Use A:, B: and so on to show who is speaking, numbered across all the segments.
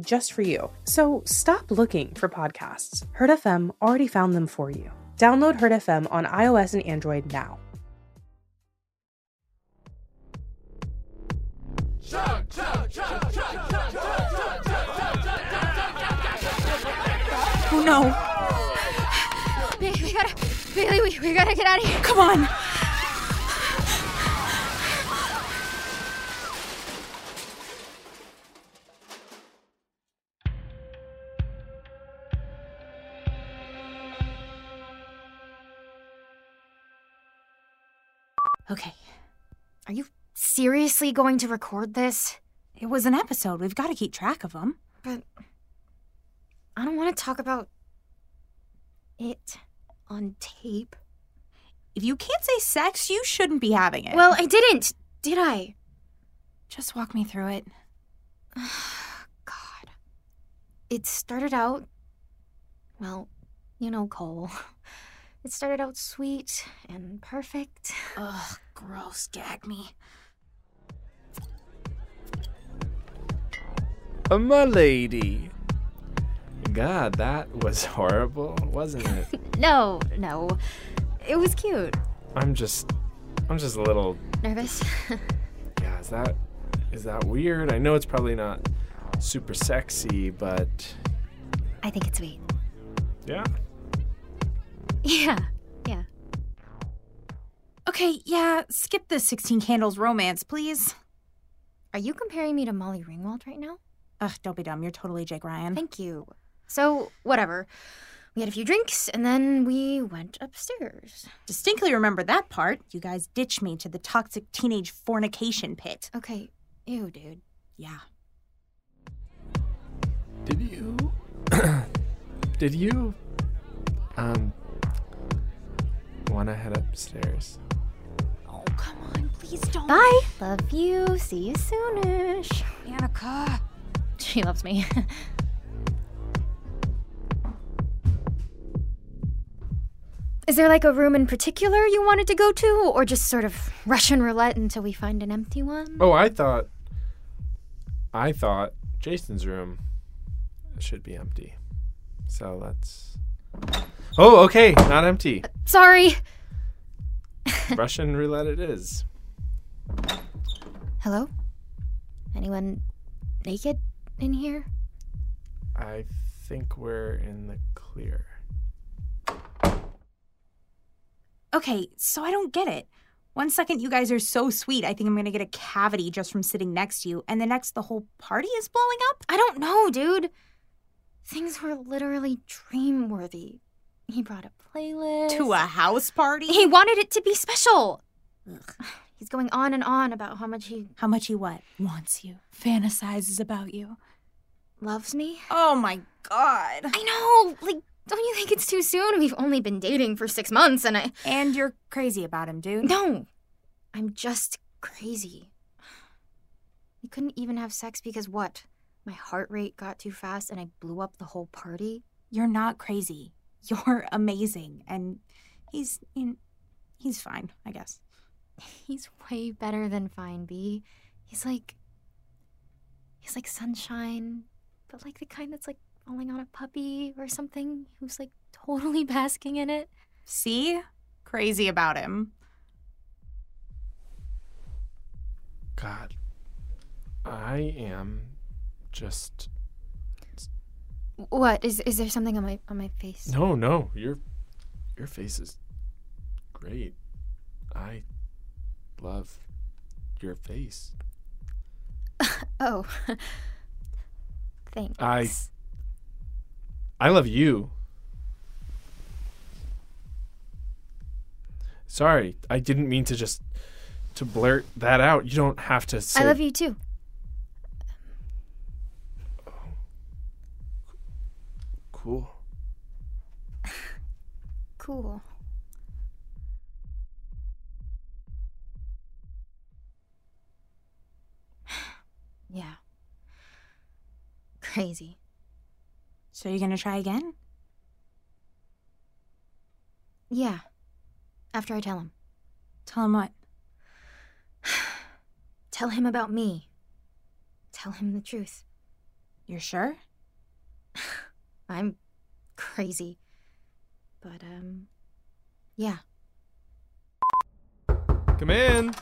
A: just for you. So stop looking for podcasts. Herd FM already found them for you. Download Herd FM on iOS and Android now.
B: Oh no!
C: Ba- We gotta, Bailey, we, we gotta get out of here.
B: Come on!
C: Okay. Are you seriously going to record this?
B: It was an episode. We've got to keep track of them.
C: But I don't want to talk about it on tape.
B: If you can't say sex, you shouldn't be having it.
C: Well, I didn't, did I?
B: Eh. just walk me through it.
C: God. It started out. Well, you know Cole. It started out sweet and perfect.
B: Ugh, gross. Gag me.
D: Uh, my lady. God, that was horrible, wasn't it?
C: No, no. It was cute.
D: I'm just, I'm just a little.
C: Nervous?
D: Yeah, is that, is that weird? I know it's probably not super sexy, but
C: I think it's sweet.
D: yeah.
C: Yeah, yeah.
B: Okay, yeah, skip the 16 Candles romance, please.
C: Are you comparing me to Molly Ringwald right now?
B: Ugh, don't be dumb. You're totally Jake Ryan.
C: Thank you. So, whatever. We had a few drinks and then we went upstairs.
B: distinctly remember that part. You guys ditched me to the toxic teenage fornication pit.
C: Okay, ew, dude.
B: Yeah.
D: Did you? did you? Um. Want to head upstairs?
B: Oh, come on. Please don't.
C: Bye. Love you. See you soonish.
B: Annika.
C: She loves me. Is there like a room in particular you wanted to go to, or just sort of Russian roulette until we find an empty one?
D: Oh, I thought. I thought Jason's room should be empty. So let's. Oh, okay, not empty.
C: Sorry.
D: Russian roulette it is.
C: Hello? Anyone naked in here?
D: I think we're in the clear.
B: Okay, so I don't get it. One second, you guys are so sweet. I think I'm going to get a cavity just from sitting next to you. And the next, the whole party is blowing up?
C: I don't know, dude. Things were literally dream worthy. He brought a playlist.
B: To a house party?
C: He wanted it to be special. He's going on and on about how much he
B: How much he what? Wants you. Fantasizes about you.
C: loves me.
B: Oh my god.
C: I know. Like, don't you think it's too soon? We've only been dating for six months, and I
B: And you're crazy about him, dude.
C: no, I'm just crazy. We couldn't even have sex because what? My heart rate got too fast, and I blew up the whole party.
B: You're not crazy. You're amazing. And he's in. He's fine, I guess.
C: He's way better than Fine B. He's like he's like sunshine, but like the kind that's like falling on a puppy or something who's like totally basking in it.
B: See? Crazy about him.
D: God, I am just.
C: What is is there something on my on my face?
D: No, no, your your face is great. I love your face.
C: Oh. Thanks.
D: I I love you. Sorry, I didn't mean to just to blurt that out. You don't have to say
C: I love you too.
E: Cool.
C: Cool. yeah. Crazy.
B: So you're gonna try again?
C: Yeah. After I tell him.
B: Tell him what?
C: Tell him about me. Tell him the truth.
B: You're sure?
C: I'm crazy. But, um, yeah.
E: Come in.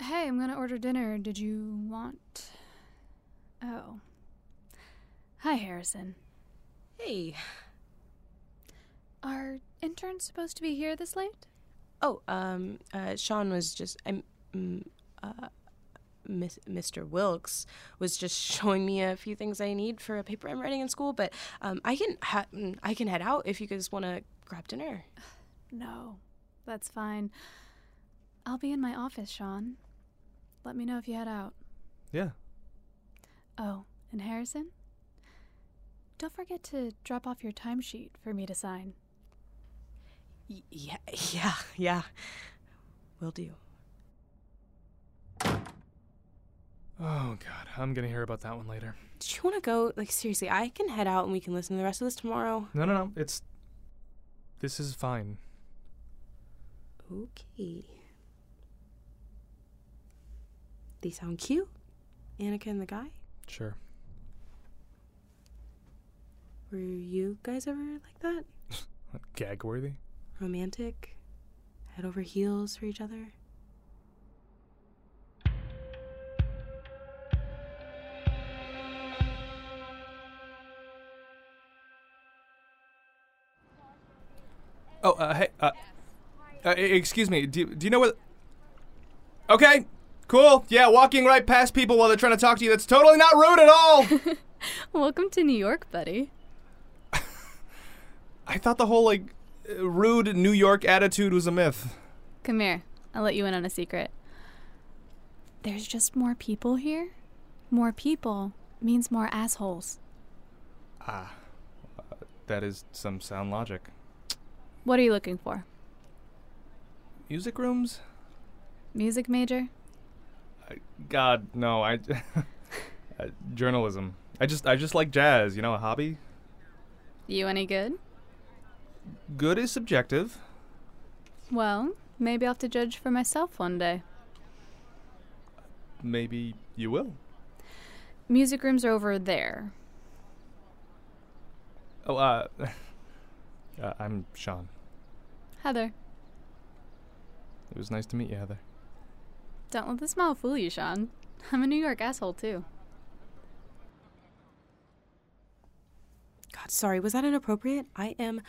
F: Hey, I'm gonna order dinner. Did you want? Oh. Hi, Harrison.
G: Hey.
F: Are interns supposed to be here this late?
A: Oh, um, uh, Sean was just, I'm, mm, uh, Miss, Mr. Wilkes was just showing me a few things I need for a paper I'm writing in school, but um, I can ha- mm, I can head out if you guys want to grab dinner.
F: No. That's fine. I'll be in my office, Sean. Let me know if you head out.
E: Yeah.
F: Oh, and Harrison? Don't forget to drop off your timesheet for me to sign.
A: Y- yeah, yeah, yeah. Will do.
D: Oh god, I'm gonna hear about that one later.
A: Do you want to go? Like seriously, I can head out and we can listen to the rest of this tomorrow.
D: No, no, no. It's. This is fine.
A: Okay. They sound cute. Annika and the guy.
D: Sure.
A: Were you guys ever like that?
D: Gag worthy.
A: Romantic? Head over heels for each other?
D: Oh, uh, hey, uh, uh, e- excuse me. Do, do you know what? Okay, cool. Yeah, walking right past people while they're trying to talk to you—that's totally not rude at all.
F: Welcome to New York, buddy.
D: I thought the whole like uh, rude New York attitude was a myth.
F: Come here. I'll let you in on a secret. There's just more people here. More people means more assholes.
D: Ah, that is some sound logic.
F: What are you looking for?
D: Music rooms?
F: Music major?
D: God, no. I uh, journalism. I just, I just like jazz. You know, a hobby.
F: You any good?
D: Good is subjective.
F: Well, maybe I'll have to judge for myself one day.
D: Maybe you will.
F: Music rooms are over there.
D: Oh, uh, uh, I'm Sean.
F: Heather,
D: It was nice to meet you, Heather.
F: don't let the smile fool you, Sean. I'm a New York asshole, too.
A: God, sorry, was that inappropriate? I am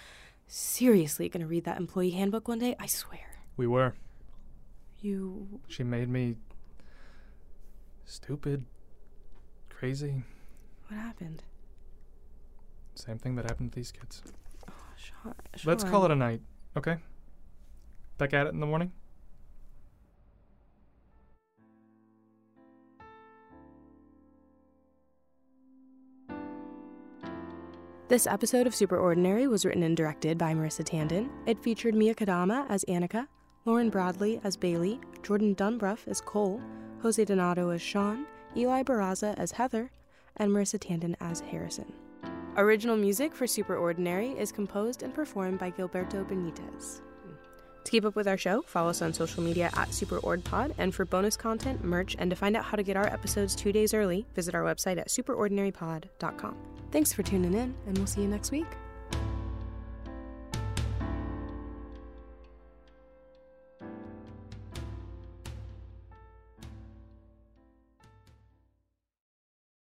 A: seriously gonna read that employee handbook one day, I swear.
D: We were.
A: You.
D: She made me stupid, crazy.
A: What happened?
D: Same thing that happened to these kids.
A: Oh, Sean,
D: Let's call it a night, okay? Back at it in the morning.
A: This episode of Super Ordinary was written and directed by Marissa Tandon. It featured Mia Kadama as Annika, Lauren Bradley as Bailey, Jordan Dunbruff as Cole, Jose Donato as Sean, Eli Barraza as Heather, and Marissa Tandon as Harrison. Original music for Super Ordinary is composed and performed by Gilberto Benitez. To keep up with our show, follow us on social media at SuperOrdPod, and for bonus content, merch, and to find out how to get our episodes two days early, visit our website at superordinarypod.com. Thanks for tuning in, and we'll see you next week.